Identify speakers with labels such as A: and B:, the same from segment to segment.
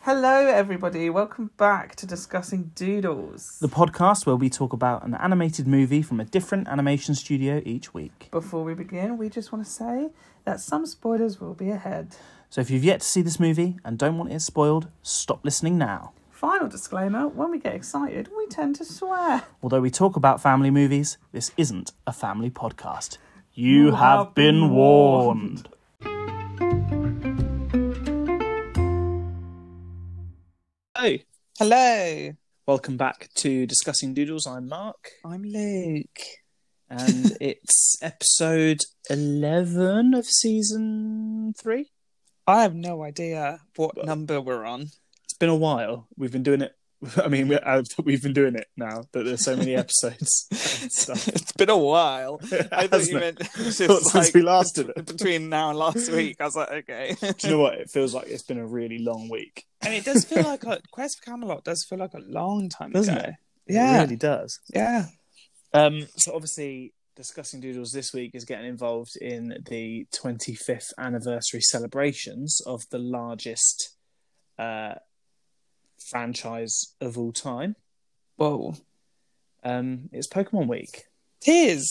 A: Hello, everybody. Welcome back to Discussing Doodles.
B: The podcast where we talk about an animated movie from a different animation studio each week.
A: Before we begin, we just want to say that some spoilers will be ahead.
B: So if you've yet to see this movie and don't want it spoiled, stop listening now.
A: Final disclaimer when we get excited, we tend to swear.
B: Although we talk about family movies, this isn't a family podcast. You, have, been warned. Hello.
A: Hello,
B: Welcome back to Discussing Doodles. I'm Mark,
A: I'm Luke.
B: and it's episode 11 of season 3.
A: I have no idea what
B: Well-
A: number we're on.
B: it's been a while. We've been doing it. I mean, we- I've, we've been doing it now that there's so many episodes. and stuff.
A: it's been a while. I thought
B: Hasn't
A: you
B: it?
A: meant just
B: Since
A: like
B: we last did it.
A: between now and last week. I was like, okay.
B: Do you know what? It feels like it's been a really long week.
A: and it does feel like a Quest for Camelot does feel like a long time
B: Doesn't
A: ago.
B: it?
A: Yeah,
B: it really does.
A: yeah.
B: Um, so obviously, discussing doodles this week is getting involved in the 25th anniversary celebrations of the largest uh, franchise of all time.
A: Whoa,
B: Um, it's Pokemon Week.
A: tears.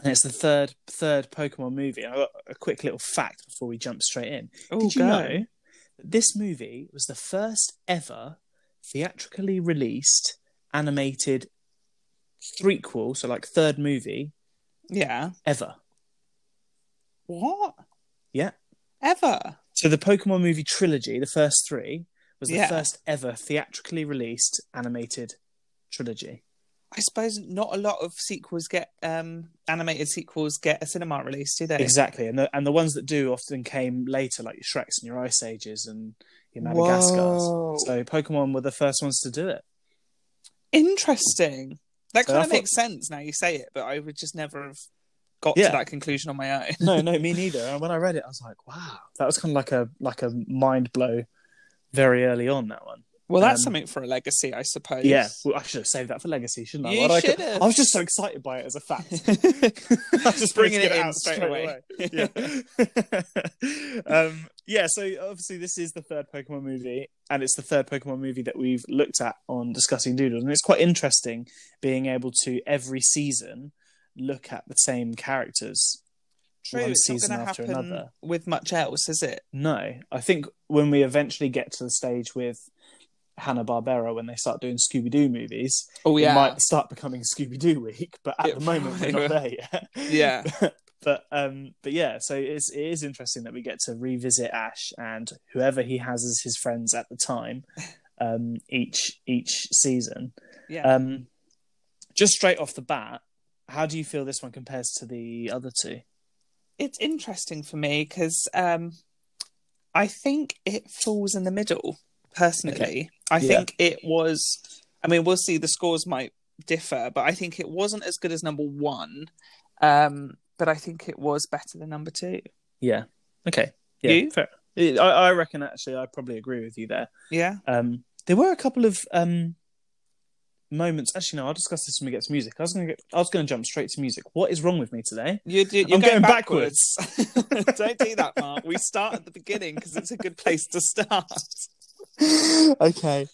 B: And it's the third third Pokemon movie. I got a quick little fact before we jump straight in.
A: Oh,
B: Did you know that this movie was the first ever theatrically released animated threequel, so like third movie
A: Yeah.
B: ever?
A: What?
B: Yeah.
A: Ever?
B: So the Pokemon movie trilogy, the first three, was the
A: Yeah.
B: first ever theatrically released animated trilogy.
A: I suppose not a lot of sequels get um animated sequels get a cinema release, do they?
B: Exactly, and the and the ones that do often came later, like your Shreks and your Ice Ages and your Madagascars.
A: Whoa.
B: So Pokemon were the first ones to do it.
A: Interesting. That
B: So
A: kind
B: I
A: of
B: thought-
A: makes sense now you say it, but I would just never have got to
B: Yeah.
A: that conclusion on my own.
B: no, no, me neither. And when I read it, I was like, wow, that was kind of like a like a mind blow very early on. That one,
A: Well, that's
B: Um,
A: something for a legacy, I suppose.
B: yeah. Well, I should have saved that for legacy, shouldn't I?
A: You
B: Why did I-
A: should've.
B: I was just so excited by it as a fact. I was just
A: Bringing
B: wanted to
A: it
B: get
A: in
B: out
A: straight away.
B: Yeah. um, yeah. So obviously, this is the third Pokemon movie, and it's the third Pokemon movie that we've looked at on discussing Doodles, and it's quite interesting being able to every season look at the same characters
A: True,
B: one
A: it's not
B: season
A: going to
B: after
A: happen
B: another.
A: with much else, is it?
B: No, I think when we eventually get to the stage with Hanna Barbera, when they start doing Scooby Doo movies,
A: Oh yeah,
B: it might start becoming Scooby Doo week. But at
A: It
B: the moment, we're not there
A: probably
B: yet.
A: yeah.
B: but um, but yeah, so it's it is interesting that we get to revisit Ash and whoever he has as his friends at the time, um, each each season.
A: Yeah.
B: Um, just straight off the bat, how do you feel this one compares to the other two?
A: it's interesting for me because um, I think it falls in the middle. Personally, I
B: Yeah.
A: think it was. I mean, we'll see. The scores might differ, but I think it wasn't as good as number one. Um, but I think it was better than number two.
B: Yeah. Okay.
A: Yeah, You?
B: Fair. I, I reckon actually I probably agree with you there.
A: Yeah.
B: Um, there were a couple of um, moments. Actually, no. I'll discuss this when we get to music. I was going to get. I was going to jump straight to music. What is wrong with me today?
A: You do, you're
B: I'm
A: going,
B: going
A: backwards. Don't do that, Mark. We start at the beginning because it's a good place to start.
B: okay.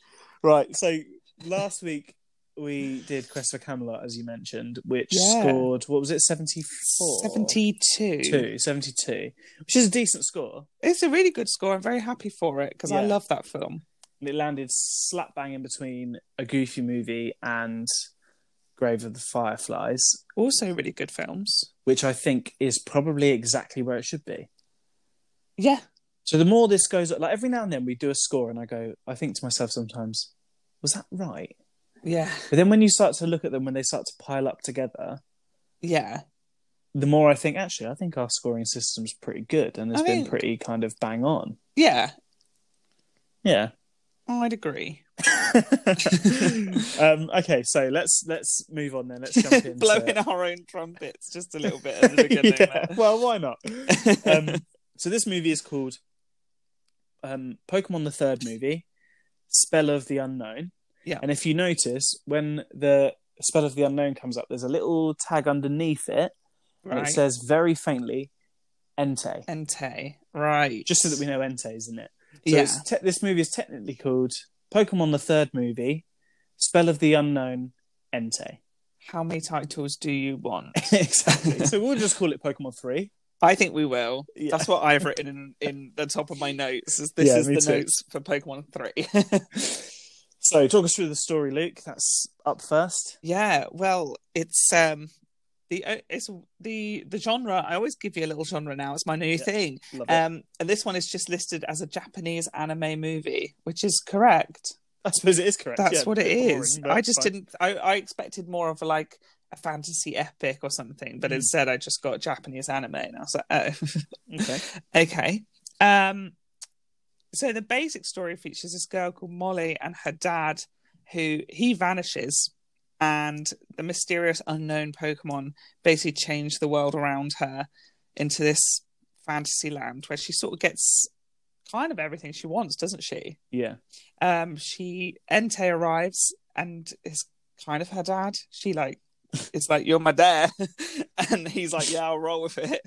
B: Right. So last week we did Quest for Camelot, as you mentioned, which
A: Yeah.
B: scored what was it, seventy four?
A: 72.
B: 72, which is a decent score.
A: It's a really good score. I'm very happy for it because I
B: Yeah.
A: love that film.
B: And it landed slap bang in between a goofy movie and Grave of the Fireflies.
A: Also, really good films.
B: which I think is probably exactly where it should be.
A: Yeah.
B: So the more this goes, like every now and then we do a score, and I go, I think to myself sometimes, was that right?
A: Yeah.
B: But then when you start to look at them, when they start to pile up together,
A: Yeah.
B: the more I think, actually, I think our scoring system's pretty good, and it's
A: I
B: been
A: think-
B: pretty kind of bang on.
A: Yeah.
B: Yeah.
A: I'd agree.
B: um, okay, so let's let's move on then. Let's jump into
A: Blowing our own trumpets just a little bit at the beginning.
B: Yeah,
A: there.
B: Well, why not? um, so this movie is called um, Pokemon the Third Movie, Spell of the Unknown.
A: Yeah.
B: And if you notice, when the Spell of the Unknown comes up, there's a little tag underneath it, and
A: right.
B: it says very faintly, Entei,
A: Ente. Right.
B: just so that we know Entei's in it. So
A: yeah.
B: it's te- this movie is technically called Pokemon the Third Movie, Spell of the Unknown, Entei.
A: How many titles do you want?
B: exactly. So we'll just call it Pokemon 3.
A: I think we will.
B: Yeah.
A: That's what I've written in, in the top of my notes. Is this
B: Yeah,
A: is
B: me
A: the
B: too.
A: notes for Pokemon Three.
B: So talk us through the story, Luke. That's up first.
A: yeah, well, it's um the it's the the genre. I always give you a little genre now. It's my new
B: Yeah.
A: thing.
B: Love it.
A: Um, and this one is just listed as a Japanese anime movie, which is correct.
B: I suppose it is correct.
A: That's
B: Yeah,
A: what
B: a
A: it
B: bit boring,
A: is.
B: but
A: I just
B: fine.
A: didn't. I, I expected more of like a fantasy epic or something, but
B: Mm.
A: instead I just got Japanese anime, and I was like, oh.
B: Okay.
A: Okay. Um, so the basic story features this girl called Molly and her dad, who he vanishes, and the mysterious unknown Pokemon basically change the world around her into this fantasy land where she sort of gets kind of everything she wants, doesn't she?
B: Yeah.
A: Um, she Entei arrives and is kind of her dad. She like it's like you're my dad, and he's like, yeah, I'll roll with it.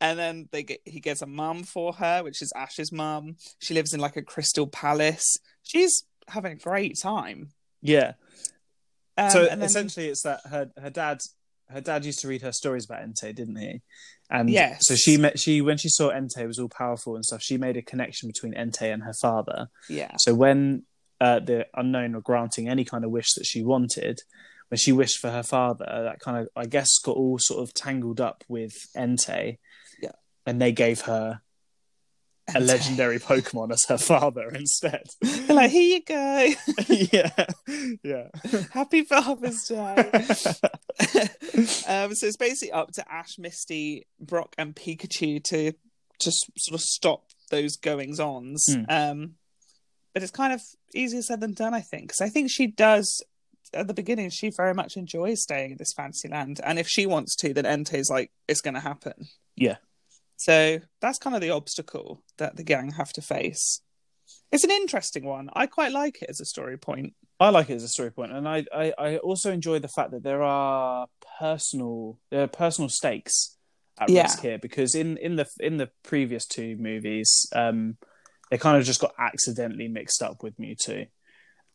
A: And then they get he gets a mum for her, which is Ash's mum. She lives in like a crystal palace. She's having a great time.
B: Yeah.
A: Um,
B: so
A: and then-
B: essentially, it's that her her dad her dad used to read her stories about Entei, didn't he? And
A: Yes.
B: so she met she when she saw Entei was all powerful and stuff. She made a connection between Entei and her father.
A: yeah,
B: So when uh, the unknown were granting any kind of wish that she wanted, when she wished for her father, that kind of I guess got all sort of tangled up with Entei.
A: Yeah.
B: And they gave her a
A: Entei.
B: legendary Pokemon as her father instead.
A: They're like, here you go,
B: yeah, yeah.
A: happy Father's Day. um, so it's basically up to Ash, Misty, Brock, and Pikachu to just sort of stop those goings ons.
B: Hmm.
A: Um, but it's kind of easier said than done, I think, because I think she does. At the beginning, she very much enjoys staying in this fantasy land, and if she wants to, then Entei's like, it's going to happen.
B: Yeah.
A: So that's kind of the obstacle that the gang have to face. It's an interesting one. I quite like it as a story point.
B: I like it as a story point, and I, I, I also enjoy the fact that there are personal there are personal stakes at
A: Yeah.
B: risk here because in in the in the previous two movies, um, they kind of just got accidentally mixed up with Mewtwo.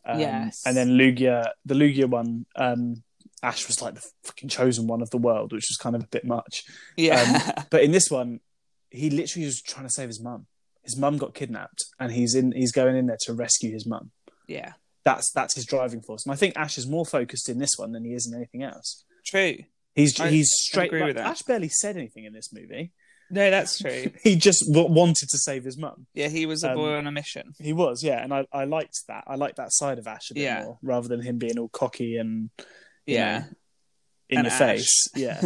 B: Um,
A: Yes.
B: and then Lugia, the Lugia one, um, Ash was like the fucking chosen one of the world, which was kind of a bit much.
A: Yeah.
B: But in this one, he literally was trying to save his mum. His mum got kidnapped, and he's in he's going in there to rescue his mum
A: yeah.
B: that's that's his driving force. And I think Ash is more focused in this one than he is in anything else.
A: True.
B: He's
A: I-
B: he's straight.
A: agree
B: like,
A: with that.
B: Ash barely said anything in this movie.
A: No, that's true.
B: He just w- wanted to save his mum.
A: Yeah, he was a
B: Um,
A: boy on a mission.
B: He was, yeah, and I, I liked that. I liked that side of Ash a bit
A: Yeah.
B: more, rather than him being all cocky and you
A: Yeah.
B: know, in
A: And
B: your
A: Ash.
B: face. Yeah,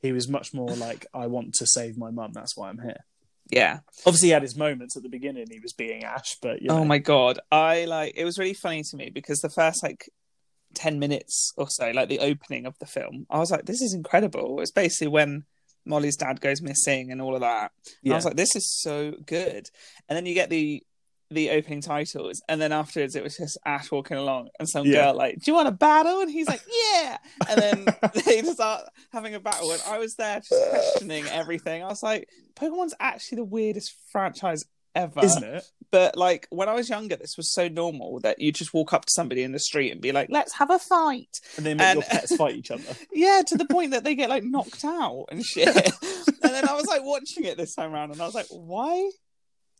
B: he was much more like, I want to save my mum. That's why I'm here.
A: Yeah.
B: Obviously, he had his moments at the beginning. He was being Ash, but you know,
A: Oh my god. I like it was really funny to me because the first like 10 minutes or so, like the opening of the film, I was like this is incredible. It's basically when Molly's dad goes missing and all of that. And
B: yeah.
A: I was like this is so good. And then you get the the opening titles and then afterwards it was just Ash walking along and some
B: Yeah.
A: girl like, "Do you want a battle?" and he's like, "Yeah." And then they just start having a battle and I was there just questioning everything. I was like, Pokemon's actually the weirdest franchise ever.
B: isn't it?
A: But like when I was younger, this was so normal that you just walk up to somebody in the street and be like, "Let's have a fight."
B: And they make
A: And-
B: your pets fight each other.
A: Yeah, to the point that they get like knocked out and shit. and then I was like watching it this time around, and I was like, "Why?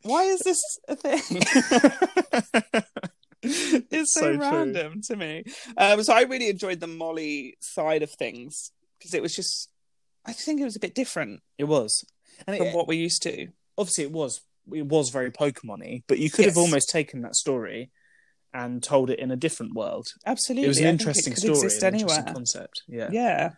A: Why is this a thing?" it's so,
B: So true.
A: random to me. Um, so I really enjoyed the Molly side of things because it was just, I think it was a bit different
B: It was, and
A: from
B: it,
A: what we're used to.
B: obviously it was it was very Pokemon-y, but you could
A: Yes.
B: have almost taken that story and told it in a different world.
A: Absolutely,
B: it was an
A: I think
B: interesting
A: could
B: story,
A: Exist
B: an
A: anywhere?
B: interesting concept. Yeah,
A: Yeah.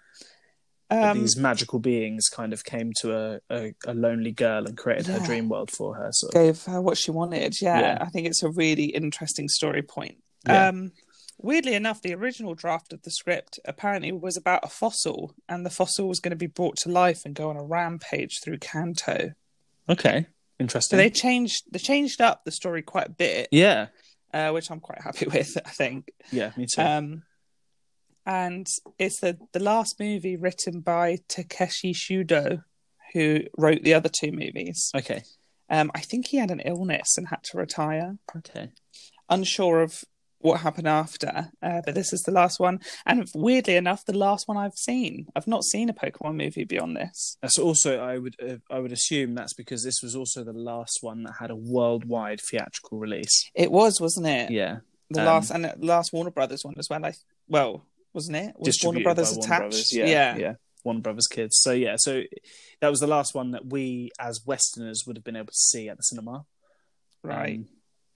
B: That
A: Um,
B: these magical beings kind of came to a, a, a lonely girl and created
A: Yeah.
B: her dream world for her. Sort of.
A: gave her what she wanted. Yeah,
B: Yeah.
A: I think it's a really interesting story point.
B: Yeah.
A: Um, weirdly enough, the original draft of the script apparently was about a fossil, and the fossil was going to be brought to life and go on a rampage through Kanto.
B: Okay,
A: So
B: interesting.
A: they changed they changed up the story quite a bit,
B: Yeah,
A: uh, which I'm quite happy with. I think.
B: yeah, me too.
A: Um, and it's the the last movie written by Takeshi Shudo, who wrote the other two movies.
B: okay,
A: Um, I think he had an illness and had to retire.
B: Okay.
A: Unsure of what happened after, uh, but this is the last one. And weirdly enough, the last one I've seen. I've not seen a Pokemon movie beyond this.
B: That's also I would uh, I would assume that's because this was also the last one that had a worldwide theatrical release.
A: It was, wasn't it?
B: Yeah.
A: The
B: um,
A: last and the last Warner Brothers one as well. I well, wasn't it? Was Warner
B: distributed
A: Brothers
B: by
A: attached?
B: Warner Brothers, Yeah, yeah, Warner Brothers kids. So yeah, so that was the last one that we as Westerners would have been able to see at the cinema.
A: right.
B: Um,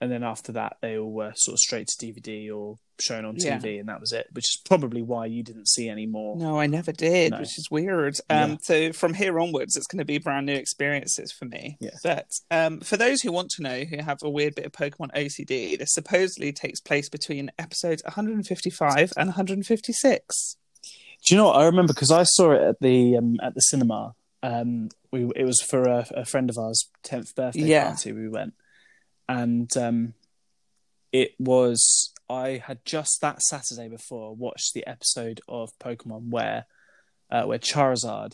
B: and then after that, they all were sort of straight to DVD or shown on
A: Yeah.
B: TV, and that was it. Which is probably why you didn't see any more.
A: No, I never did,
B: No.
A: which is weird.
B: Yeah.
A: Um, So from here onwards, it's going to be brand new experiences for me.
B: Yeah.
A: But um, for those who want to know who have a weird bit of Pokemon OCD, this supposedly takes place between episodes 155 and 156.
B: Do you know? What? I remember because I saw it at the um, at the cinema. Um, we it was for a, a friend of ours' tenth birthday
A: Yeah.
B: party. We went, and um, it was I had just that Saturday before watched the episode of Pokemon where uh, where Charizard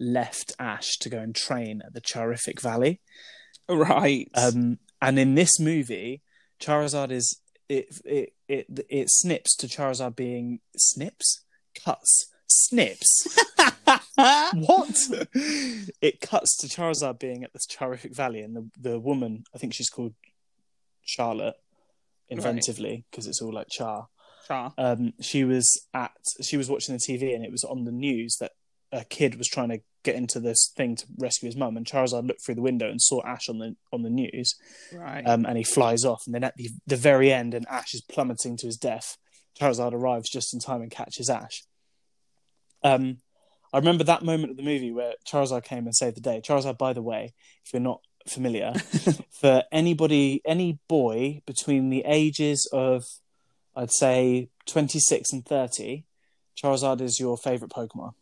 B: left Ash to go and train at the Charific Valley.
A: Right.
B: Um, and in this movie, Charizard is it it it it snips to Charizard being snips cuts snips. what? it cuts to Charizard being at this Charific Valley, and the the woman I think she's called Charlotte inventively because it's all like Char
A: Char.
B: um, she was at she was watching the TV and it was on the news that a kid was trying to get into this thing to rescue his mum and Charizard looked through the window and saw Ash on the on the news
A: Right.
B: um, and he flies off and then at the, the very end and Ash is plummeting to his death Charizard arrives just in time and catches Ash um, I remember that moment of the movie where Charizard came and saved the day Charizard by the way if you're not familiar for anybody, any boy between the ages of, I'd say, 26 and 30, Charizard is your favorite Pokemon.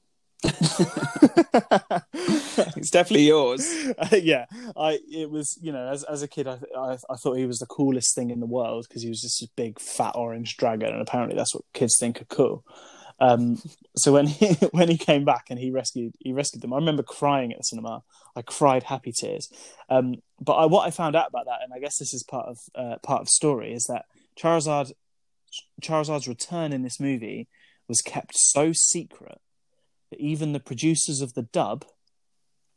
A: it's definitely yours.
B: Uh, yeah, I it was you know as as a kid I I, I thought he was the coolest thing in the world because he was just a big fat orange dragon and apparently that's what kids think are cool. Um, so when he when he came back and he rescued he rescued them, I remember crying at the cinema. I cried happy tears. Um, but I, what I found out about that, and I guess this is part of uh, part of the story, is that Charizard Charizard's return in this movie was kept so secret that even the producers of the dub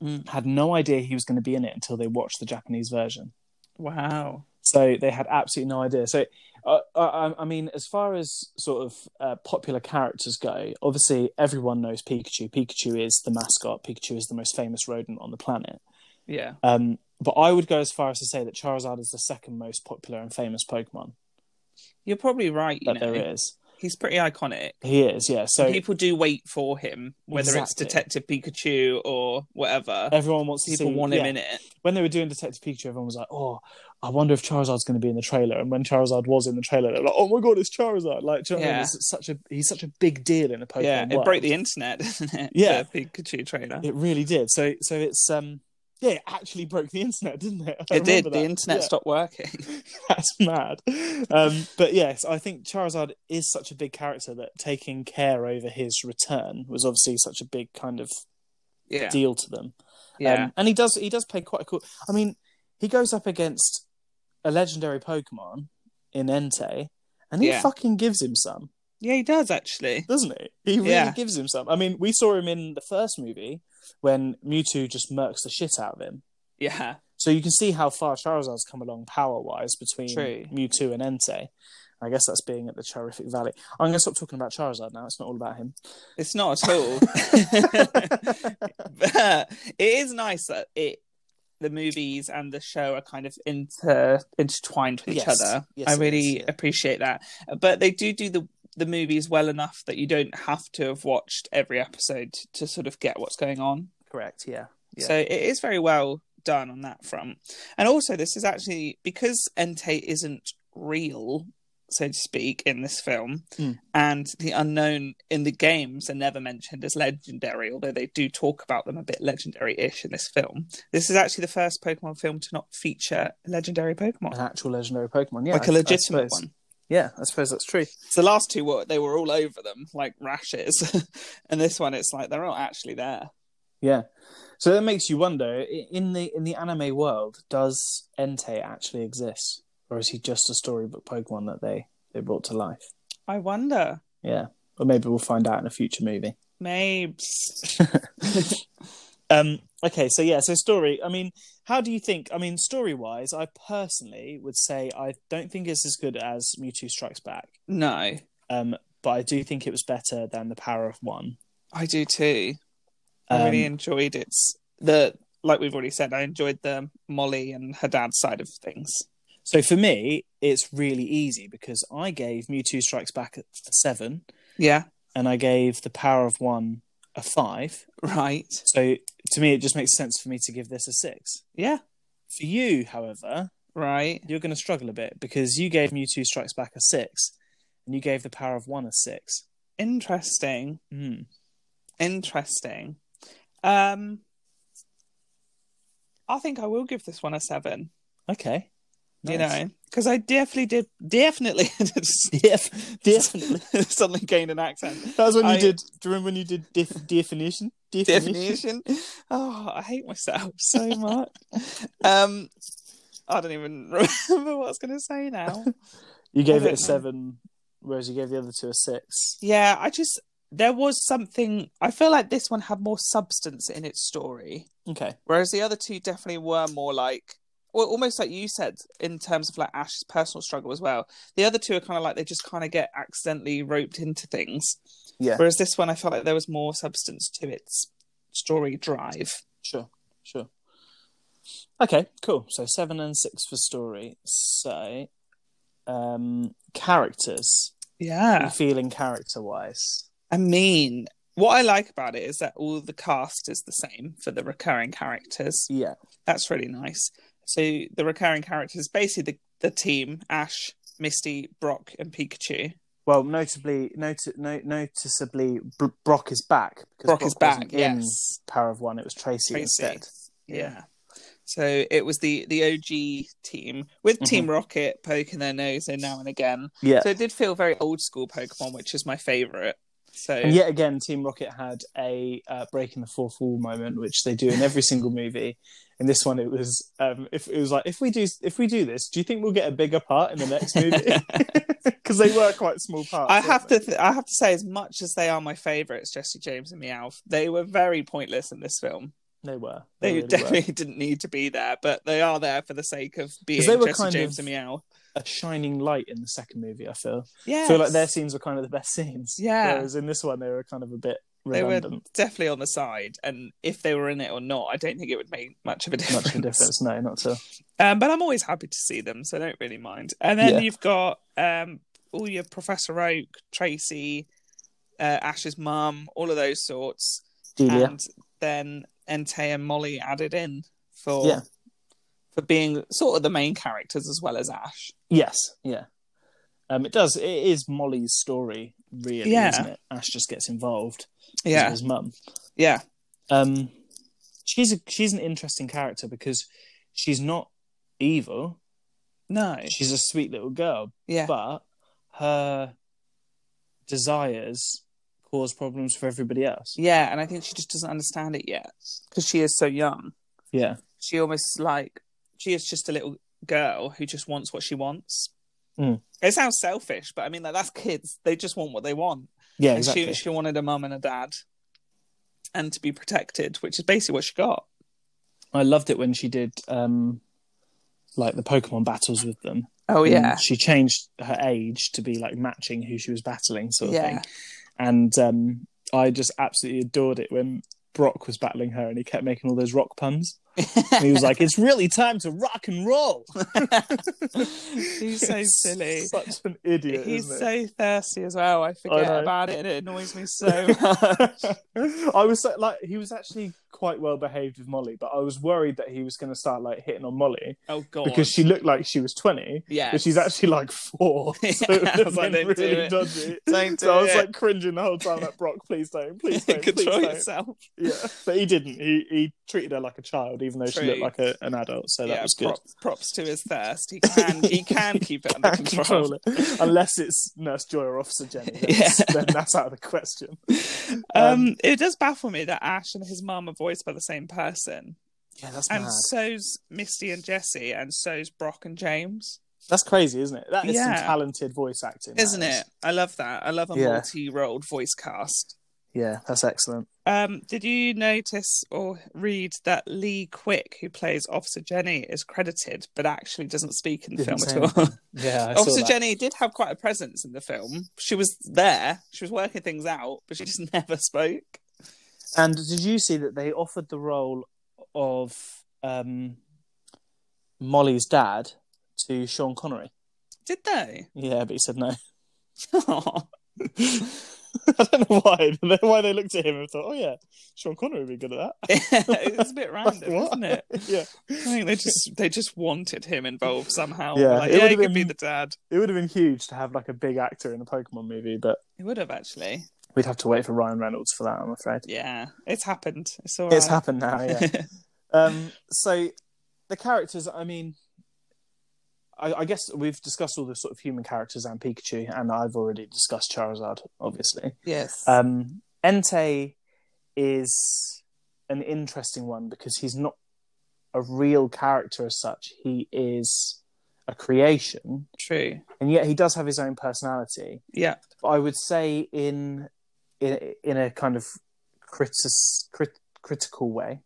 A: Mm.
B: had no idea he was going to be in it until they watched the Japanese version.
A: Wow.
B: So they had absolutely no idea. So, uh, I, I mean, as far as sort of uh, popular characters go, obviously everyone knows Pikachu. Pikachu is the mascot. Pikachu is the most famous rodent on the planet.
A: Yeah.
B: Um, but I would go as far as to say that Charizard is the second most popular and famous Pokemon
A: You're probably right. You
B: that
A: know,
B: there is.
A: he's pretty iconic.
B: He is, yeah. So
A: People do wait for him, whether it's
B: Exactly.
A: Detective Pikachu or whatever.
B: everyone wants to
A: People
B: see,
A: want him
B: yeah.
A: in it.
B: when they were doing Detective Pikachu, everyone was like, "Oh, I wonder if Charizard's going to be in the trailer." And when Charizard was in the trailer, they were like, "Oh my god, it's Charizard!" Like, do you know what I mean?
A: Yeah.
B: It's such a he's such a big deal in the Pokemon
A: yeah,
B: world.
A: it broke the internet, didn't it?
B: Yeah.
A: the Pikachu trailer. It,
B: It really did. So, so it's um, yeah, it actually broke the internet, didn't it? I
A: did.
B: remember
A: The
B: that.
A: internet
B: Yeah.
A: stopped working.
B: That's mad. Um, but yes, I think Charizard is such a big character that taking care over his return was obviously such a big kind of
A: Yeah,
B: deal to them.
A: yeah,
B: Um, and he does he does play quite a cool. I mean, he goes up against a legendary Pokemon in Entei, and he
A: Yeah.
B: fucking gives him some,
A: yeah. He does actually.
B: doesn't he? He really
A: Yeah.
B: gives him some. I mean, we saw him in the first movie when Mewtwo just murks the shit out of him.
A: Yeah,
B: So you can see how far Charizard's come along power wise between
A: True.
B: Mewtwo and Entei. I guess that's being at the Charific Valley. I'm going to stop talking about Charizard now. It's not all about him.
A: it's not at all. but it is nice that it, the movies and the show are kind of inter intertwined with each
B: Yes.
A: other.
B: Yes,
A: I
B: it
A: really
B: is, yeah.
A: appreciate that. But they do do the the movies well enough that you don't have to have watched every episode to sort of get what's going on.
B: Correct. Yeah. Yeah.
A: So it is very well done on that front. And also, this is actually because Entei isn't real, so to speak, in this film,
B: Mm.
A: and the unknown in the games are never mentioned as legendary, although they do talk about them a bit legendary ish in this film. This is actually the first Pokemon film to not feature a legendary
B: An
A: Pokemon,
B: actual legendary Pokemon. Uh, Yeah.
A: like
B: I-
A: a
B: I
A: legitimate
B: suppose.
A: one.
B: Yeah, I suppose that's true.
A: So the last two were they were all over them like rashes, and this one it's like they're not actually there.
B: Yeah. So that makes you wonder i- in the in the anime world, does Entei actually exist, or is he just a storybook Pokemon that they they brought to life?
A: I wonder.
B: Yeah, or maybe we'll find out in a future movie.
A: Mabes.
B: um. Okay. So yeah. So story. I mean, how do you think? I mean, story wise, I personally would say I don't think it's as good as Mewtwo Strikes Back.
A: No,
B: Um. But I do think it was better than The Power of One.
A: I do too. I
B: Um,
A: really enjoyed it. The like we've already said, I enjoyed the Molly and her dad side of things.
B: So for me, it's really easy because I gave Mewtwo Strikes Back a seven,
A: Yeah,
B: and I gave The Power of One a five.
A: right.
B: So to me, it just makes sense for me to give this a six.
A: Yeah,
B: For you, however,
A: right.
B: you're going to struggle a bit because you gave Mewtwo Strikes Back a six, and you gave The Power of One a six.
A: Interesting.
B: Mm.
A: Interesting. Um, I think I will give this one a seven.
B: Okay.
A: You
B: Nice.
A: know, because I definitely did, definitely,
B: Def- definitely.
A: suddenly gained an accent.
B: That was when you
A: I-
B: did. Do you remember when you did def- definition?
A: definition. Oh, I hate myself so much. um, I don't even remember what I was going to say now.
B: You gave
A: I
B: it a
A: don't know.
B: seven, whereas you gave the other two a six.
A: Yeah, I just there was something. I feel like this one had more substance in its story,
B: Okay.
A: whereas the other two definitely were more like, well, almost like you said in terms of like Ash's personal struggle as well. The other two are kind of like they just kind of get accidentally roped into things,
B: Yeah.
A: whereas this one I felt like there was more substance to its story drive.
B: Sure, sure. Okay, cool. So seven and six for story. So, um, characters.
A: Yeah.
B: You feeling character wise?
A: I mean, what I like about it is that all the cast is the same for the recurring characters.
B: Yeah.
A: That's really nice. So the recurring characters, basically the, the team: Ash, Misty, Brock, and Pikachu.
B: Well, notably, noti- no- noticeably, Br- Brock is back. Because
A: Brock, is back.
B: wasn't in
A: Yes,
B: Power of One. It was Tracy,
A: Tracy.
B: instead.
A: Yeah.
B: Yeah.
A: So it was the the OG team with Team Rocket poking their nose in now and again.
B: Mm-hmm. Yeah.
A: So it did feel very old school Pokemon, which is my favorite. So
B: and yet again, Team Rocket had a uh, break in the fourth wall moment, which they do in every single movie. In this one, it was um, if it was like if we do if we do this, do you think we'll get a bigger part in the next movie? Because they were quite small parts.
A: I
B: weren't
A: have
B: they?
A: to. Th- I have to say, as much as they are my favourites, Jesse James and Meowth, they were very pointless in this film.
B: They were.
A: They
B: really
A: definitely
B: were.
A: didn't need to be there, but they are there for the sake of being
B: they were
A: Jesse
B: kind
A: James
B: of-
A: and Meowth.
B: a shining light in the second movie. I feel.
A: Yeah,
B: I feel like their scenes were kind of the best scenes.
A: Yeah.
B: Whereas in this one, they were kind of a bit
A: They were
B: redundant.
A: definitely on the side, and if they were in it or not, I don't think it would make much of a difference.
B: Much of a difference. No, not so.
A: Um, but I'm always happy to see them, so I don't really mind. And then
B: Yeah.
A: you've got um, all your Professor Oak, Tracy, uh, Ash's mum, all of those sorts.
B: Delia.
A: and then Entei and Molly added in for
B: Yeah.
A: for being sort of the main characters as well as Ash.
B: yes. Yeah. Um, it does. It is Molly's story, really,
A: Yeah.
B: isn't it? Ash just gets involved. 'cause of
A: Yeah,
B: His mum.
A: yeah,
B: Um, she's a, she's an interesting character because she's not evil.
A: no,
B: She's a sweet little girl,
A: yeah,
B: but her desires cause problems for everybody else.
A: yeah. And I think she just doesn't understand it yet because she is so young.
B: Yeah.
A: She almost like she is just a little girl who just wants what she wants.
B: Mm.
A: It sounds selfish, but I mean, like that's kids. They just want what they want.
B: Yeah,
A: and
B: exactly.
A: she she wanted a mum and a dad, and to be protected, which is basically what she got.
B: I loved it when she did um like the Pokemon battles with them.
A: Oh
B: And She changed her age to be like matching who she was battling sort of
A: Yeah.
B: thing. And um I just absolutely adored it when Brock was battling her and he kept making all those rock puns. And he was like, It's really time to rock and roll.
A: He's so
B: It's
A: silly.
B: Such an idiot.
A: He's
B: isn't it?
A: so thirsty as well. I forget
B: know.
A: about it, and it annoys me so. much.
B: I was so, like, he was actually quite well behaved with Molly, but I was worried that he was going to start like hitting on Molly
A: oh god,
B: because she looked like she was twenty,
A: yeah,
B: but she's actually like four. So
A: Yeah,
B: it was
A: like,
B: like,
A: don't do
B: really
A: it.
B: dodgy.
A: Don't
B: so I
A: do
B: was
A: it.
B: like cringing the whole time, like Brock, please don't, please don't, please
A: control
B: don't.
A: yourself.
B: Yeah, but he didn't. He he treated her like a child, even though
A: True.
B: she looked like a, an adult. So that was good.
A: Props, props to his thirst. He can he can keep it under
B: Can't
A: control.
B: control it. Unless it's Nurse Joy or Officer Jenny, then,
A: Yeah.
B: then that's out of the question. Um,
A: Um, it does baffle me that Ash and his mum avoided voiced by the same person.
B: Yeah, that's
A: And
B: mad.
A: so's Misty and Jesse, and so's Brock and James,
B: That's crazy, isn't it? That is some
A: Yeah.
B: talented voice acting, that
A: isn't
B: is.
A: it? I love that. I love a
B: Yeah.
A: multi-rolled voice cast.
B: Yeah, that's excellent.
A: Um, did you notice or read that Lee Quick, who plays Officer Jenny, is credited but actually doesn't speak in the
B: Didn't
A: film
B: say
A: at all?
B: Yeah, I saw
A: Officer
B: that.
A: Jenny did have quite a presence in the film. She was there, she was working things out, but she just never spoke.
B: And did you see that they offered the role of um, Molly's dad to Sean Connery?
A: Did they?
B: Yeah, but he said no.
A: Aw.
B: I don't know why. but Why they looked at him and thought, "Oh yeah, Sean Connery would be good at that."
A: it was a bit random,
B: What?
A: wasn't it?
B: yeah,
A: I think they just they just wanted him involved somehow.
B: Yeah,
A: Like,
B: it
A: yeah,
B: would've
A: he could be
B: been-
A: the dad.
B: it would have been huge to have like a big actor in a Pokemon movie, but
A: He would have actually.
B: we'd have to wait for Ryan Reynolds for that. I'm afraid
A: Yeah, it's happened. It's all
B: it's
A: right.
B: happened now. Yeah. um, so the characters, I mean, I, I guess we've discussed all the sort of human characters and Pikachu, and I've already discussed Charizard, obviously.
A: yes.
B: Um, Entei is an interesting one because he's not a real character as such. He is a creation,
A: True.
B: and yet he does have his own personality.
A: Yeah.
B: But I would say in in, in a kind of critis, crit, critical way.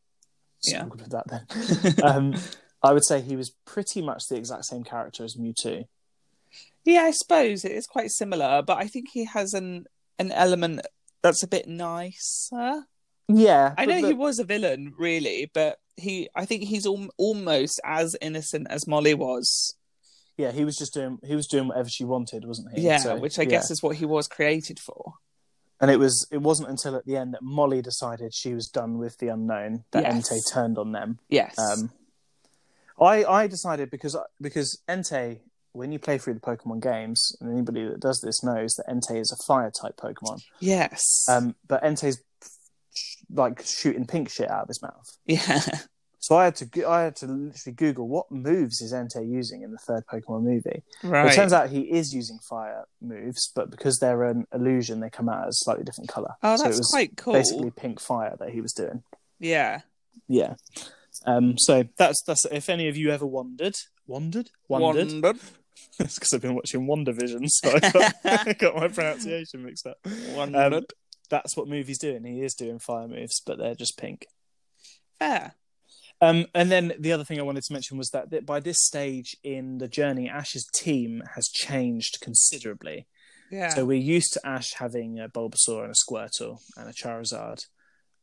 A: Yeah.
B: Struggled with that then um, I would say he was pretty much the exact same character as Mewtwo.
A: Yeah, I suppose it is quite similar, but I think he has an an element that's a bit nicer.
B: Yeah,
A: I
B: but
A: know
B: the-
A: he was a villain, really, but he I think he's al- almost as innocent as Molly was.
B: Yeah, he was just doing he was doing whatever she wanted, wasn't he?
A: Yeah,
B: So,
A: which I
B: yeah.
A: guess is what he was created for.
B: And it was it wasn't until at the end that Molly decided she was done with the unknown that
A: Yes.
B: Entei turned on them.
A: Yes.
B: Um, I I decided because because Entei. When you play through the Pokemon games, and anybody that does this knows that Entei is a fire type Pokemon.
A: yes.
B: Um, but Entei's like shooting pink shit out of his mouth.
A: yeah.
B: So I had to go- I had to literally Google what moves is Entei using in the third Pokemon movie.
A: Right.
B: It turns out he is using fire moves, but because they're an illusion, they come out as slightly different color.
A: oh,
B: so it
A: that's
B: was
A: quite cool.
B: basically pink fire that he was doing.
A: yeah.
B: Yeah. Um, so that's that's if any of you ever wondered, wondered, wondered,
A: Wondered.
B: it's because I've been watching Wonder Vision, so I got, got my pronunciation mixed up. Um,
A: Wondered.
B: That's what movie's doing. He is doing fire moves, but they're just pink.
A: Fair.
B: Um, and then the other thing I wanted to mention was that, that by this stage in the journey, Ash's team has changed considerably.
A: Yeah.
B: So we're used to Ash having a Bulbasaur and a Squirtle and a Charizard,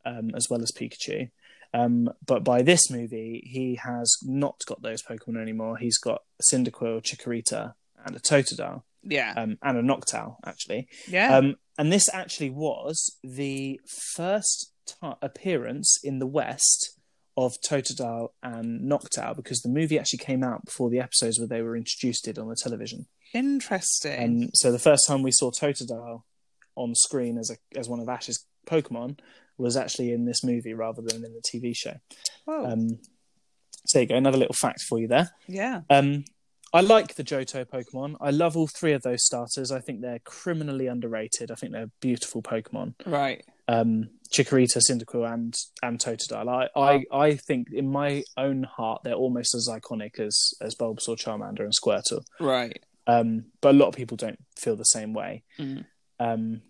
B: um, as well as Pikachu. Um, but by this movie, he has not got those Pokemon anymore. He's got a Cyndaquil, Chikorita, and a Totodile,
A: yeah.
B: um, and a Noctowl, actually.
A: yeah.
B: Um, and this actually was the first ti appearance in the West of Totodile and Noctowl because the movie actually came out before the episodes where they were introduced it on the television.
A: Interesting.
B: And so the first time we saw Totodile on screen as a as one of Ash's Pokemon was actually in this movie rather than in the TV show.
A: Whoa.
B: Um, so there you go, another little fact for you there.
A: yeah.
B: Um, I like the Johto Pokemon. I love all three of those starters. I think they're criminally underrated. I think they're beautiful Pokemon.
A: Right.
B: Um, Chikorita, Cyndaquil, and and Totodile. I, I I think in my own heart they're almost as iconic as as Bulbasaur, Charmander, and Squirtle.
A: Right.
B: Um, but a lot of people don't feel the same way.
A: Mm.
B: Um,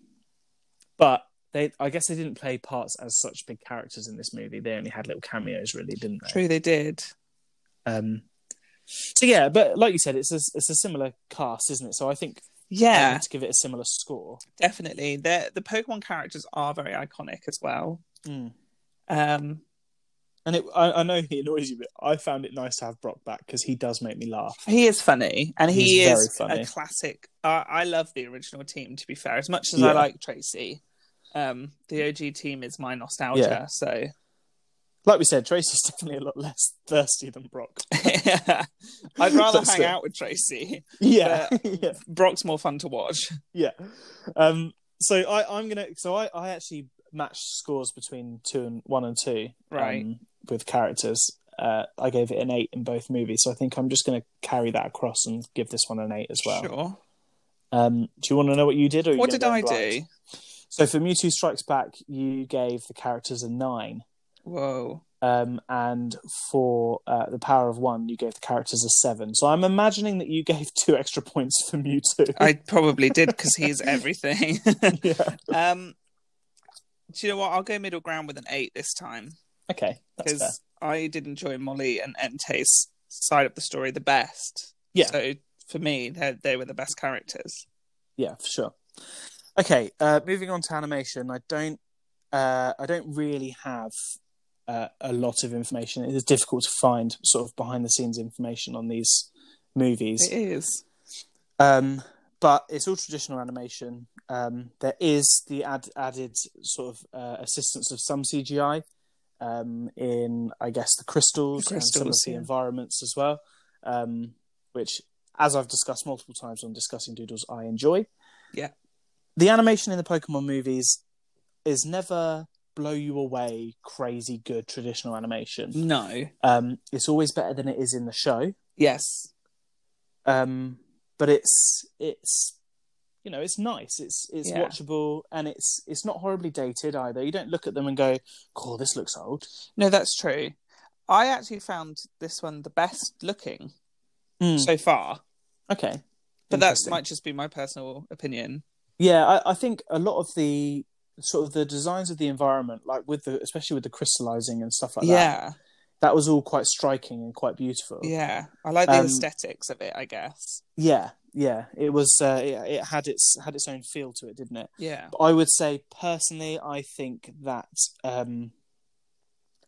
B: but they, I guess they didn't play parts as such big characters in this movie. They only had little cameos, really, didn't they?
A: True, they did.
B: Um, so yeah, but like you said, it's a, it's a similar cast, isn't it? So I think I
A: Yeah.
B: need to give it a similar score.
A: definitely the the pokemon characters are very iconic as well um
B: Mm. And it, I, I know he annoys you, but I found it nice to have Brock back because he does make me laugh.
A: he is funny and he
B: He's
A: is
B: very funny.
A: a classic I i love the original team to be fair as much as
B: Yeah.
A: i like tracy um the og team is my nostalgia
B: Yeah.
A: so
B: Like we said, Tracy's definitely a lot less thirsty than Brock.
A: i'd rather
B: That's
A: hang
B: it.
A: out with tracy
B: Yeah, yeah,
A: brock's more fun to watch
B: yeah. Um, so I, I'm gonna. So I, I actually matched scores between two and one and two,
A: Right.
B: um, with characters. Uh, I gave it an eight in both movies, so I think I'm just going to carry that across and give this one an eight as well.
A: sure
B: Um, do you want to know what you did? Or are you
A: what
B: gonna
A: did
B: go
A: i
B: blind?
A: do
B: So for Mewtwo Strikes Back, you gave the characters a nine.
A: Whoa.
B: um, and for uh, the power of one, you gave the characters a seven. So I'm imagining that you gave two extra points for Mewtwo.
A: I probably did because he's everything.
B: yeah.
A: um, do you know what? I'll go middle ground with an eight this time
B: Okay, that's fair.
A: because I did enjoy Molly and Ente's side of the story the best.
B: Yeah.
A: So for me, they they were the best characters.
B: Yeah, for sure. Okay, uh, moving on to animation. I don't, uh, I don't really have uh, a lot of information. It is difficult to find sort of behind the scenes information on these movies.
A: It is.
B: Um, but it's all traditional animation. Um, there is the ad- added sort of uh, assistance of some CGI um, in, I guess, the crystals,
A: The
B: and
A: crystals,
B: some of
A: yeah.
B: the environments as well, um, which, as I've discussed multiple times on discussing Doodles, I enjoy.
A: Yeah.
B: The animation in the Pokemon movies is never blow you away, crazy good traditional animation.
A: No.
B: Um, it's always better than it is in the show
A: Yes.
B: um but it's it's you know it's nice it's it's
A: Yeah.
B: watchable and it's it's not horribly dated either you don't look at them and go oh this looks old
A: No, that's true. I actually found this one the best looking
B: So-
A: so far,
B: okay
A: Hmm. but that
B: Interesting.
A: might just be my personal opinion.
B: yeah I, I think a lot of the sort of the designs of the environment like with the especially with the crystallizing and stuff like that
A: yeah,
B: that was all quite striking and quite beautiful
A: yeah. I like the
B: Um,
A: aesthetics of it. I guess.
B: yeah yeah it was uh, it, it had its had its own feel to it didn't it
A: Yeah.
B: I would say personally, I think that um,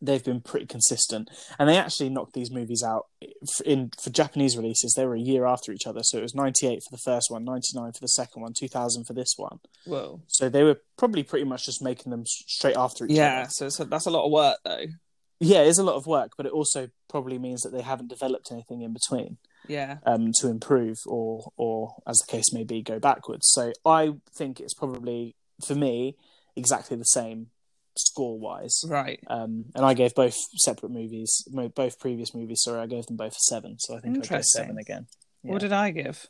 B: they've been pretty consistent, and they actually knocked these movies out f- in for Japanese releases. They were a year after each other, so it was ninety eight for the first one, ninety nine for the second one, two thousand for this one.
A: Whoa.
B: So they were probably pretty much just making them s- straight after each
A: Yeah.
B: other.
A: So, so that's a lot of work, though.
B: Yeah, it's a lot of work, but it also probably means that they haven't developed anything in between
A: Yeah.
B: um, to improve or or as the case may be go backwards so i think it's probably for me exactly the same score wise
A: Right.
B: um, and i gave both separate movies mo- both previous movies sorry i gave them both a seven so i think i gave
A: Interesting.
B: seven again Yeah.
A: What did I give?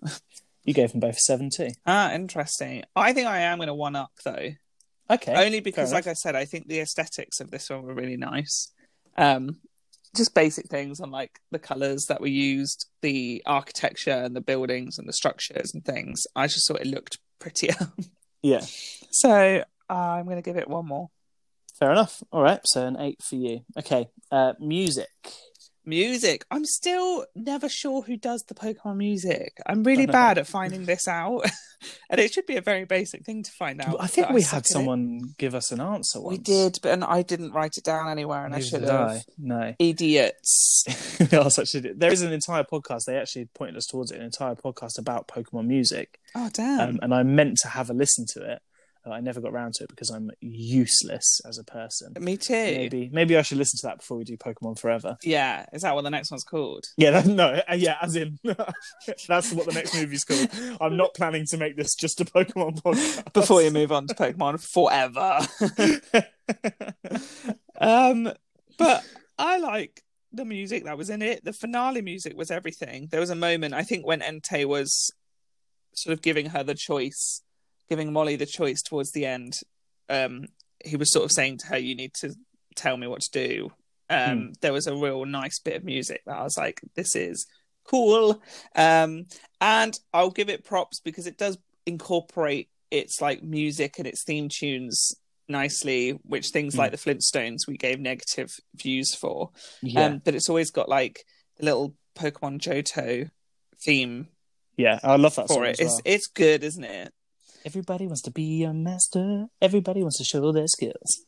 B: you gave them both a seven too
A: ah, interesting. I think I am going to one up though,
B: okay
A: only because,
B: fair
A: like I said, I think the aesthetics of this one were really nice. Um, just basic things on like the colors that were used, the architecture and the buildings and the structures and things. I just thought it looked prettier.
B: yeah
A: so uh, I'm going to give it one more.
B: fair enough all right so an eight for you okay uh, music
A: Music. I'm still never sure who does the Pokemon music. I'm really
B: know.
A: bad at finding this out. and it should be a very basic thing to find out.
B: i think
A: but
B: we
A: suck at
B: had
A: it.
B: someone give us an answer once.
A: We did, but and I didn't write it down anywhere, and I
B: Neither
A: should
B: did
A: have.
B: I. no
A: Idiots.
B: I was actually- there is an entire podcast. They actually pointed us towards it, an entire podcast about Pokemon music,
A: Oh damn.
B: um, and I meant to have a listen to it. but I never got around to it because I'm useless as a person.
A: Me too.
B: Maybe, maybe I should listen to that before we do Pokemon Forever.
A: Yeah. Is that what the next one's called?
B: Yeah, that, no, uh, yeah, as in that's what the next movie's called. I'm not planning to make this just a Pokemon podcast
A: Before you move on to Pokemon forever. um, but I like the music that was in it. The finale music was everything. There was a moment I think when Entei was sort of giving her the choice, giving Molly the choice towards the end. Um, he was sort of saying to her, "You need to tell me what to do." Um, There was a real nice bit of music that I was like, "This is cool," um, and I'll give it props because it does incorporate its like music and its theme tunes nicely, which things
B: Mm.
A: like the Flintstones we gave negative views for.
B: yeah,
A: Um, but it's always got like the little Pokemon Johto theme
B: yeah, I love that song
A: for
B: as
A: it.
B: well.
A: It's it's good, isn't it?
B: Everybody wants to be a master. Everybody wants to show their skills.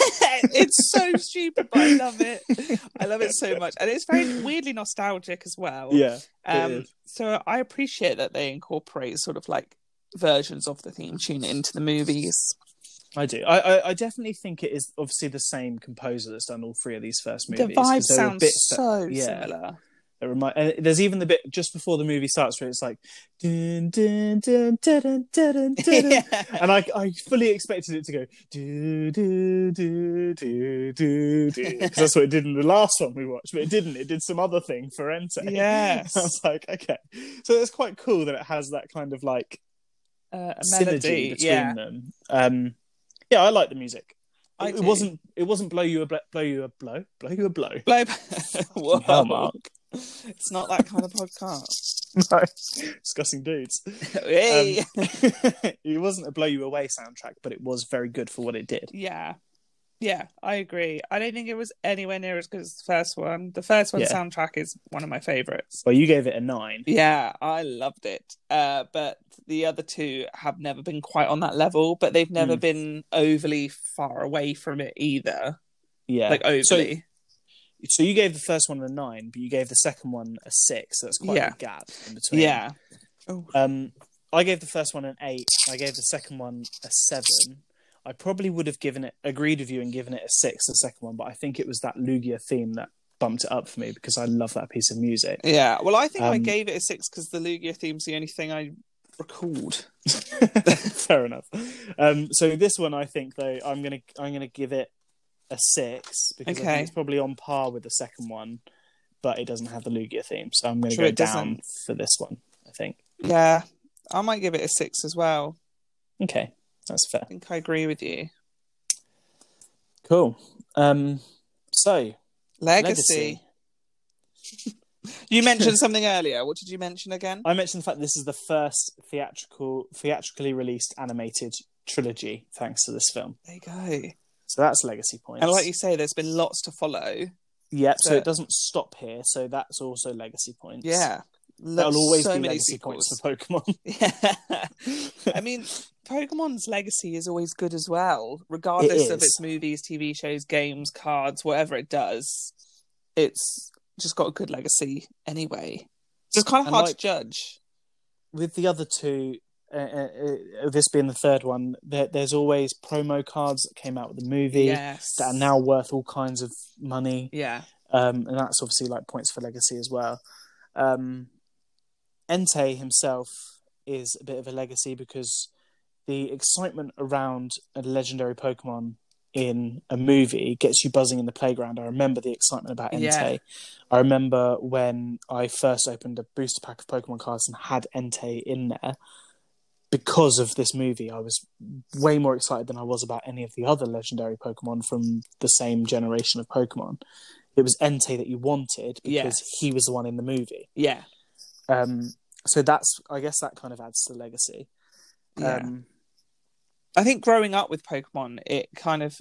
A: it's so stupid, but I love it. I love it so much, and it's very weirdly nostalgic as well.
B: Yeah.
A: Um,
B: is.
A: so I appreciate that they incorporate sort of like versions of the theme tune into the movies.
B: I do. I, I, I definitely think it is obviously the same composer that's done all three of these first movies.
A: the
B: 'cause
A: vibe
B: there were
A: sounds
B: bits that-
A: so
B: yeah.
A: similar.
B: that remind- and there's even the bit just before the movie starts where it's like, dun, dun, dun, dun, dun, dun, dun, dun. and I, I fully expected it to go do do do do do do because that's what it did in the last one we watched, but it didn't. It did some other thing for Entei.
A: Yes.
B: I was like, okay, so it's quite cool that it has that kind of like
A: Uh, a
B: synergy
A: melody,
B: between
A: yeah.
B: them. Um, yeah, I like the music.
A: I
B: it
A: do.
B: wasn't. It wasn't blow you a blow, blow you a blow, blow you a blow.
A: Blow. Whoa.
B: Hell, Mark.
A: It's not that kind of podcast. Um,
B: No, discussing dudes. Um,
A: Hey.
B: it wasn't a blow you away soundtrack, but it was very good for what it did.
A: yeah. Yeah, I agree. I don't think it was anywhere near as good as the first one. The first one
B: Yeah.
A: soundtrack is one of my favorites.
B: Well, you gave it a nine.
A: Yeah, I loved it. Uh, but the other two have never been quite on that level, but they've
B: Hmm.
A: never been overly far away from it either.
B: Yeah,
A: Like
B: so,
A: overly.
B: so you gave the first one a nine, but you gave the second one a six. So that's quite
A: Yeah.
B: a gap in between.
A: yeah.
B: Um, I gave the first one an eight. I gave the second one a seven. I probably would have given it agreed with you and given it a six, the second one, but I think it was that Lugia theme that bumped it up for me because I love that piece of music.
A: Yeah. Well, I think I
B: Um,
A: gave it a six because the Lugia theme's the only thing I recalled.
B: Fair enough. Um, so this one, I think though, I'm gonna I'm gonna give it a six because I
A: Okay.
B: think it's probably on par with the second one, but it doesn't have the Lugia theme, so I'm gonna
A: Sure,
B: go
A: it
B: down for this one. I think.
A: Yeah. I might give it a six as well.
B: Okay, that's fair.
A: I think I agree with you.
B: Cool. Um, so
A: Legacy. You mentioned something earlier. What did you mention again?
B: I mentioned the fact this is the first theatrical theatrically released animated trilogy, thanks to this film.
A: There you go.
B: So that's legacy points.
A: And like you say, there's been lots to follow.
B: yep. So
A: said-
B: it doesn't stop here. So that's also legacy points.
A: Yeah.
B: There'll
A: Lots-
B: always
A: so
B: be
A: many
B: legacy
A: sequels.
B: points for Pokemon.
A: Yeah. I mean, Pokemon's legacy is always good as well, regardless of
B: is.
A: its movies, TV shows, games, cards, whatever it does. It's just got a good legacy anyway. So it's kind of
B: And
A: hard
B: like-
A: to judge.
B: With the other two, uh, uh, uh, this being the third one, there, there's always promo cards that came out with the movie
A: yes.
B: that are now worth all kinds of money.
A: Yeah.
B: um, and that's obviously like points for legacy as well. Um, Entei himself is a bit of a legacy because the excitement around a legendary Pokemon in a movie gets you buzzing in the playground. I remember the excitement about Entei.
A: Yeah.
B: I remember when I first opened a booster pack of Pokemon cards and had Entei in there. Because of this movie, I was way more excited than I was about any of the other legendary Pokemon from the same generation of Pokemon it was Entei that you wanted because
A: Yes.
B: he was the one in the movie.
A: Yeah.
B: Um, so that's, I guess, that kind of adds to the legacy.
A: Yeah.
B: Um,
A: I think growing up with Pokemon, it kind of.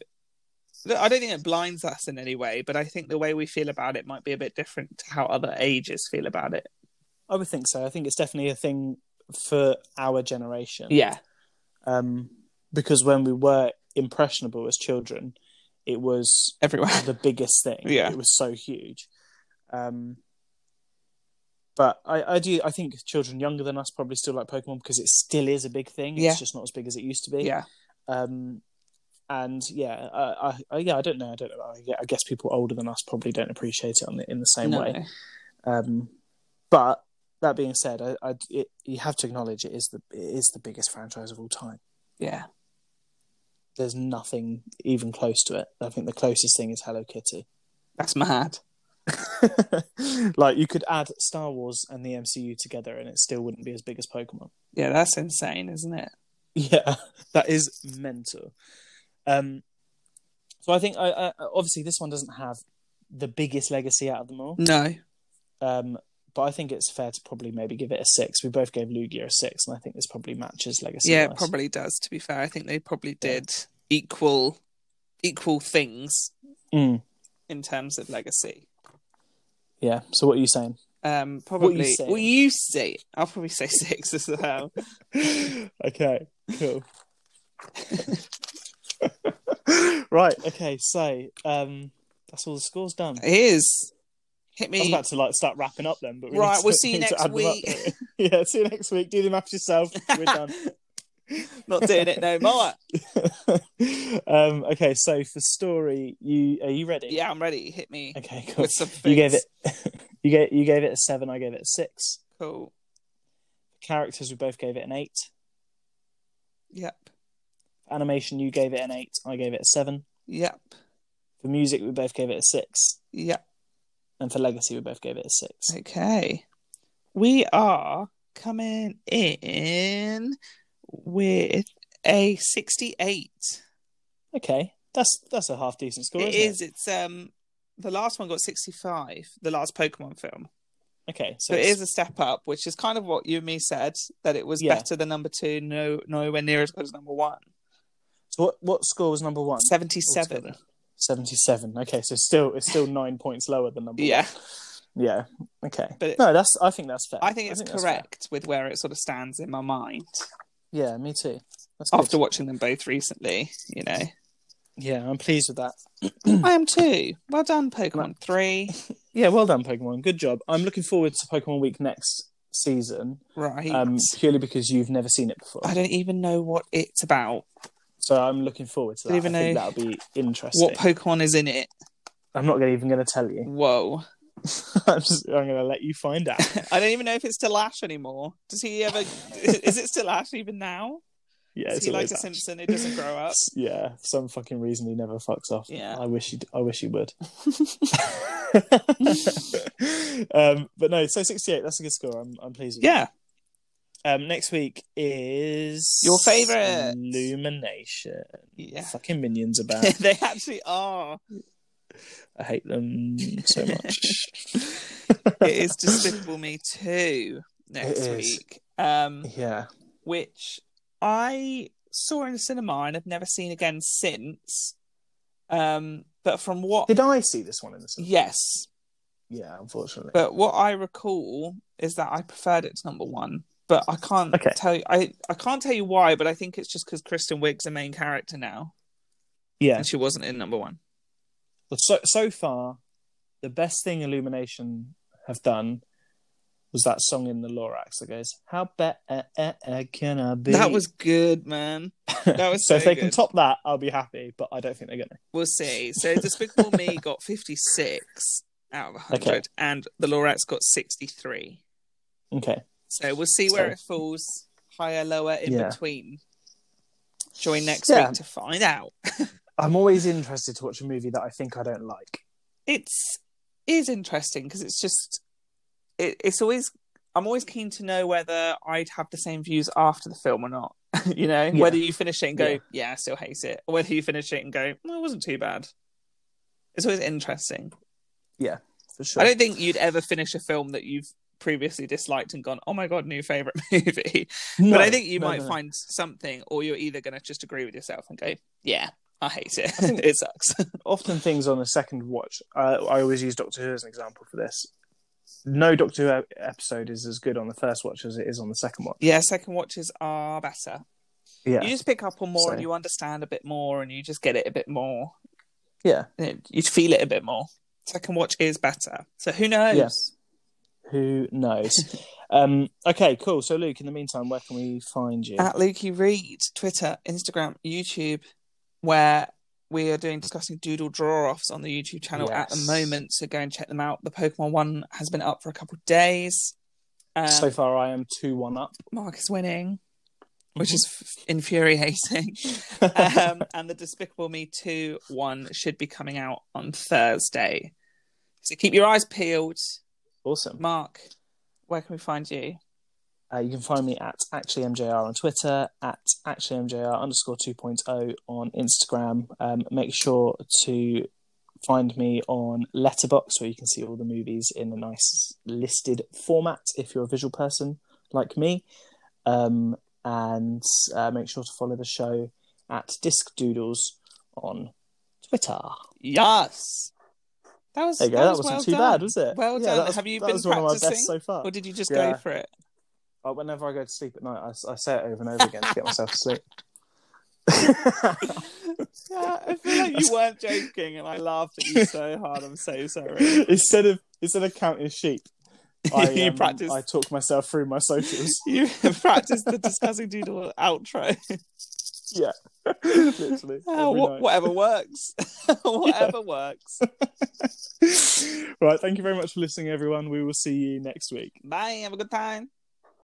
A: I don't think it blinds us in any way, but I think the way we feel about it might be a bit different to how other ages feel about it.
B: I would think so. I think it's definitely a thing for our generation.
A: Yeah.
B: Um, because when we were impressionable as children, it was
A: Everywhere.
B: the biggest thing.
A: Yeah.
B: It was so huge. Um, but I, I do I think children younger than us probably still like Pokemon because it still is a big thing.
A: Yeah.
B: It's just not as big as it used to be.
A: Yeah.
B: um and yeah uh, I, I yeah i don't know i don't know I gue- i guess people older than us probably don't appreciate it on the, in the same
A: No.
B: way um but that being said i, I it, you have to acknowledge it is the it is the biggest franchise of all time
A: Yeah.
B: there's nothing even close to it i think the closest thing is hello kitty
A: That's mad.
B: like you could add star wars and the mcu together and it still wouldn't be as big as pokemon
A: Yeah, that's insane, isn't it?
B: Yeah, that is mental. Um, so I think I, I obviously this one doesn't have the biggest legacy out of them all,
A: No.
B: um, but I think it's fair to probably maybe give it a six. We both gave Lugia a six, and I think this probably matches legacy.
A: yeah, it probably does. To be fair, I think they probably
B: Yeah.
A: did equal equal things
B: Mm.
A: in terms of legacy.
B: Yeah. So what are you saying?
A: Um,
B: you
A: probably.
B: say?
A: well, you say. I'll probably say six as well.
B: okay. Cool. right. Okay. So um, that's all the scores done.
A: it is. Hit
B: I was
A: me.
B: about to like start wrapping up then, but we
A: Right,
B: need to-
A: we'll see you
B: need to
A: next
B: add them up,
A: week.
B: don't we? yeah, see you next week. Do the maths yourself. We're done.
A: Not doing it no more.
B: um, okay, so for story, you are you ready?
A: Yeah, I'm ready. Hit me.
B: Okay, cool.
A: With some
B: You gave it.
A: things.
B: you gave you gave it a seven. I gave it a six.
A: Cool.
B: Characters, we both gave it an eight.
A: Yep.
B: Animation, you gave it an eight. I gave it a seven.
A: Yep.
B: For music, we both gave it a six.
A: Yep.
B: And for legacy, we both gave it a six.
A: Okay. We are coming in with a 68.
B: Okay, That's that's a half decent score.
A: It
B: isn't
A: is. It's um the last one got sixty five. The last Pokemon film,
B: Okay,
A: so it is a step up, which is kind of what you and me said that it was
B: Yeah.
A: better than number two. No, nowhere near as good as number one.
B: So what what score was number one?
A: Seventy seven.
B: Seventy seven. Okay, so still it's still nine points lower than number
A: Yeah,
B: one. Yeah. Okay.
A: But it-
B: no, that's I think that's fair.
A: I think it's
B: that's fair.
A: correct with where it sort of stands in my mind
B: Yeah, me too. That's good.
A: after watching them both recently. You know,
B: Yeah, I'm pleased with that. Hmm.
A: I am too. Well done, Pokemon three.
B: Yeah, well done, Pokemon. Good job. I'm looking forward to Pokemon Week next season.
A: Right.
B: Um purely because you've never seen it before.
A: I don't even know what it's about.
B: So I'm looking forward to
A: Don't
B: that.
A: even
B: I think
A: know
B: that'll be interesting.
A: What Pokemon is in it?
B: I'm not gonna, even going to tell you.
A: Whoa.
B: I'm just I'm going to let you find out.
A: I don't even know if it's still Ash anymore. Does he ever? is it still Ash even now?
B: Yeah,
A: Is
B: it's
A: he like
B: always
A: a
B: that.
A: Simpson who doesn't grow up?
B: Yeah, for some fucking reason he never fucks off.
A: Yeah.
B: I wish he. I wish he would. um, but no, so sixty-eight. That's a good score. I'm, I'm pleased. With
A: Yeah.
B: that. Um, next week is
A: Your favourite.
B: Illumination.
A: Yeah.
B: Fucking minions about.
A: they actually are.
B: I hate them so much.
A: It is Despicable Me too next
B: It is.
A: week. Um,
B: yeah.
A: which I saw in the cinema and have never seen again since. Um, but from what
B: Did I see this one in the cinema?
A: yes,
B: Yeah, unfortunately.
A: But what I recall is that I preferred it to number one. But I can't
B: Okay.
A: tell you. I, I can't tell you why. But I think it's just because Kristen Wiig's a main character now,
B: yeah.
A: and she wasn't in number one.
B: Well, so so far, the best thing Illumination have done was that song in the Lorax that goes, "How better can I be?"
A: That was good, man. that was
B: so.
A: so
B: If they can
A: good.
B: top that, I'll be happy. But I don't think they're gonna.
A: We'll see. So Despicable Me got fifty six out of hundred,
B: Okay.
A: and The Lorettes got sixty three.
B: Okay,
A: So we'll see where
B: So-
A: it falls, higher, lower, in
B: Yeah.
A: between. Join next
B: Yeah.
A: week to find out.
B: I'm always interested to watch a movie that I think I don't like.
A: it's is interesting because it's just it, it's always I'm always keen to know whether I'd have the same views after the film or not. you know,
B: Yeah.
A: whether you finish it and go,
B: Yeah.
A: yeah. I still hate it, or whether you finish it and go, well, it wasn't too bad. It's always interesting.
B: For sure.
A: I don't think you'd ever finish a film that you've previously disliked and gone, oh my god, new favorite movie. but I think you might find something, or you're either going to just agree with yourself and go, yeah, I hate it.
B: think-
A: it sucks.
B: often things on a second watch. Uh, I always use Doctor Who as an example for this. No Doctor Who episode is as good on the first watch as it is on the second watch.
A: yeah, second watches are better.
B: Yeah,
A: you just pick up on more
B: So-
A: and you understand a bit more and you just get it a bit more
B: yeah.
A: you know, you feel it a bit more second watch is better so who knows
B: Yes. Who knows? um, okay, cool. So, Luke, in the meantime, where can we find you?
A: at lukey reed twitter instagram youtube where we are doing discussing doodle draw offs on the youtube channel at the
B: Yes.
A: moment so go and check them out the pokemon one has been up for a couple of days um,
B: so far, I am 2 1 up.
A: mark is winning which is f- infuriating um, and the Despicable Me 2 one should be coming out on Thursday. So keep your eyes peeled.
B: awesome.
A: Mark, where can we find you?
B: Uh, you can find me at actually MJR on Twitter, at actually MJR underscore 2.0 on Instagram. Um, make sure to find me on Letterbox, where you can see all the movies in a nice listed format if you're a visual person like me. Um, and uh, make sure to follow the show at Disc Doodles on Twitter.
A: Yes. That was
B: There you go.
A: that,
B: That,
A: was
B: wasn't
A: well
B: too
A: done.
B: bad, was it?
A: Well
B: Yeah,
A: done.
B: that was-
A: Have you
B: that
A: been
B: was one of my
A: practicing,
B: best so far.
A: or did you just
B: Yeah.
A: go for it?
B: Uh, whenever I go to sleep at night, I, s- I say it over and over again to get myself to sleep.
A: Yeah, I feel like you weren't joking, and I laughed at you so hard. I'm so sorry.
B: instead of instead of counting sheep, I,
A: You
B: um,
A: practice.
B: I talk myself through my socials.
A: You practiced the discussing doodle outro.
B: yeah, literally.
A: Oh,
B: every
A: wha-
B: night.
A: whatever works. whatever works.
B: right. Thank you very much for listening, everyone. We will see you next week.
A: Bye. Have a good time.